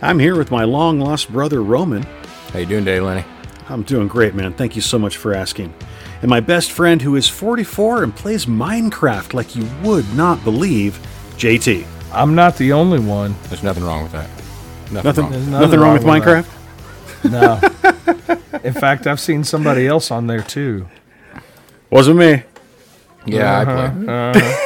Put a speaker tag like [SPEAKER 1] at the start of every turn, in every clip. [SPEAKER 1] I'm here with my long lost brother Roman.
[SPEAKER 2] How you doing today, Lenny?
[SPEAKER 1] I'm doing great, man. Thank you so much for asking. And my best friend who is 44 and plays Minecraft like you would not believe, JT.
[SPEAKER 3] I'm not the only one.
[SPEAKER 2] There's nothing wrong with that.
[SPEAKER 1] Nothing,
[SPEAKER 2] Nothing. Wrong.
[SPEAKER 1] nothing,
[SPEAKER 3] There's
[SPEAKER 1] wrong with Minecraft?
[SPEAKER 3] No. In fact, I've seen somebody else on there too.
[SPEAKER 1] Wasn't me.
[SPEAKER 2] Yeah, I
[SPEAKER 3] Uh-huh.
[SPEAKER 2] play.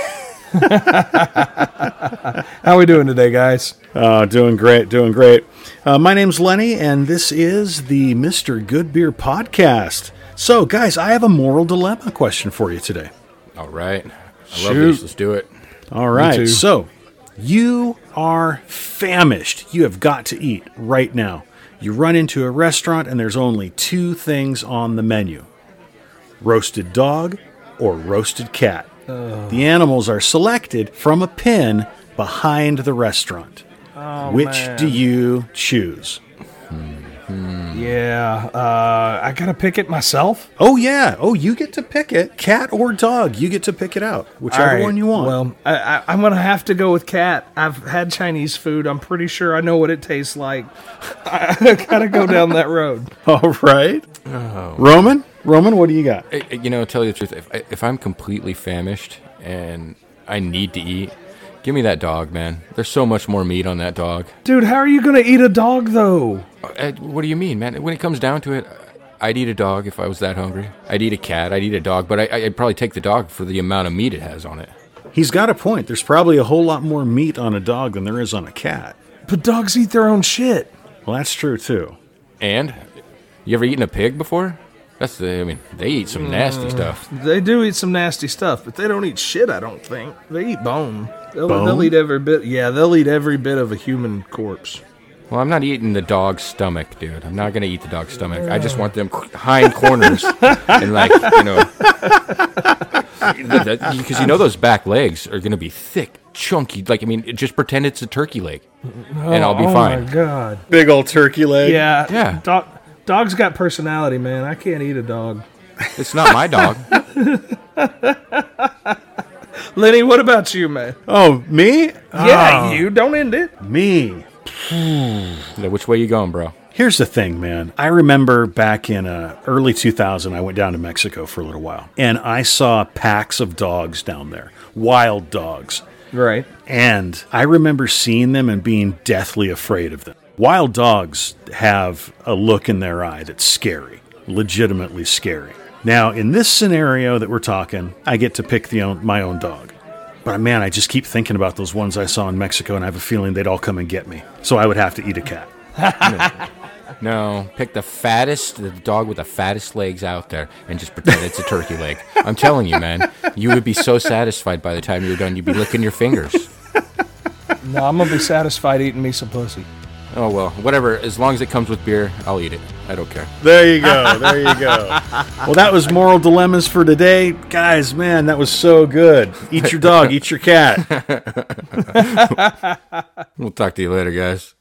[SPEAKER 3] How we doing today, guys?
[SPEAKER 1] Uh, doing great, doing great. Uh, my name's Lenny, and this is the Mr. Good Beer podcast. So, guys, I have a moral dilemma question for you today.
[SPEAKER 2] All right. I love
[SPEAKER 3] Shoot.
[SPEAKER 2] these. Let's do it.
[SPEAKER 1] All right.
[SPEAKER 3] too.
[SPEAKER 1] So you are famished. You have got to eat right now. You run into a restaurant and there's only two things on the menu roasted dog or roasted cat. The animals are selected from a pen behind the restaurant. Which
[SPEAKER 3] Oh, man.
[SPEAKER 1] do you choose?
[SPEAKER 3] Yeah, uh, I gotta pick it myself.
[SPEAKER 1] Oh, yeah. Oh, you get to pick it. Cat or dog, you get to pick it out. Whichever
[SPEAKER 3] All right,
[SPEAKER 1] one you want.
[SPEAKER 3] Well, I, I, I'm gonna have to go with cat. I've had Chinese food. I'm pretty sure I know what it tastes like. I, I gotta go down that road.
[SPEAKER 1] All right.
[SPEAKER 3] oh.
[SPEAKER 1] Roman? Roman, what do you got?
[SPEAKER 2] I- I- You know, tell you the truth. If, I- if I'm completely famished and I need to eat, give me that dog, man. There's so much more meat on that dog.
[SPEAKER 3] Dude, how are you gonna eat a dog though?
[SPEAKER 2] Uh, uh, What do you mean, man? When it comes down to it, I'd eat a dog if I was that hungry. I'd eat a cat. I'd eat a dog, but I, I'd probably take the dog for the amount of meat it has on it.
[SPEAKER 1] He's got a point. There's probably a whole lot more meat on a dog than there is on a cat.
[SPEAKER 3] But dogs eat their own shit.
[SPEAKER 1] Well, that's true too.
[SPEAKER 2] And you ever eaten a pig before? That's the. I mean, they eat some
[SPEAKER 3] Mm.
[SPEAKER 2] nasty stuff.
[SPEAKER 3] They do eat some nasty stuff, but they don't eat shit. I don't think they eat bone. They'll,
[SPEAKER 1] Bone?
[SPEAKER 3] they'll eat every bit. Yeah, they'll eat every bit of a human corpse.
[SPEAKER 2] Well, I'm not eating the dog's stomach, dude. I'm not gonna eat the dog's stomach. I just want them qu- hind corners and like you know, because you know those back legs are gonna be thick, chunky. Like I mean, just pretend it's a turkey leg, and I'll be
[SPEAKER 3] oh
[SPEAKER 2] fine.
[SPEAKER 3] my god.
[SPEAKER 1] Big old turkey leg.
[SPEAKER 3] Yeah.
[SPEAKER 2] Yeah.
[SPEAKER 3] Dog, dogs got personality, man. I can't eat a dog.
[SPEAKER 2] It's not my dog.
[SPEAKER 3] Lenny, what about you, man? Ah.
[SPEAKER 1] Oh, me?
[SPEAKER 3] Yeah, you don't end it.
[SPEAKER 1] Me.
[SPEAKER 2] Now, Which way you going, bro?
[SPEAKER 1] Here's the thing, man. I remember back in uh, early 2000, I went down to Mexico for a little while, and I saw packs of dogs down there, wild dogs.
[SPEAKER 3] Right.
[SPEAKER 1] And I remember seeing them and being deathly afraid of them. Wild dogs have a look in their eye that's scary, legitimately scary. Now, in this scenario that we're talking, I get to pick the own, my own dog. But man, I just keep thinking about those ones I saw in Mexico, and I have a feeling they'd all come and get me. So I would have to eat a cat.
[SPEAKER 2] No, pick the fattest, the dog with the fattest legs out there, and just pretend it's a turkey leg. I'm telling you, man, you would be so satisfied by the time you're done. You'd be licking your fingers.
[SPEAKER 3] No, I'm gonna be satisfied eating me some pussy.
[SPEAKER 2] Oh well, whatever. As long as it comes with beer, I'll eat it. I don't care.
[SPEAKER 1] There you go. There you go. well, that was moral dilemmas for today, guys. Man, that was so good. Eat your dog. Eat your cat.
[SPEAKER 2] We'll talk to you later, guys.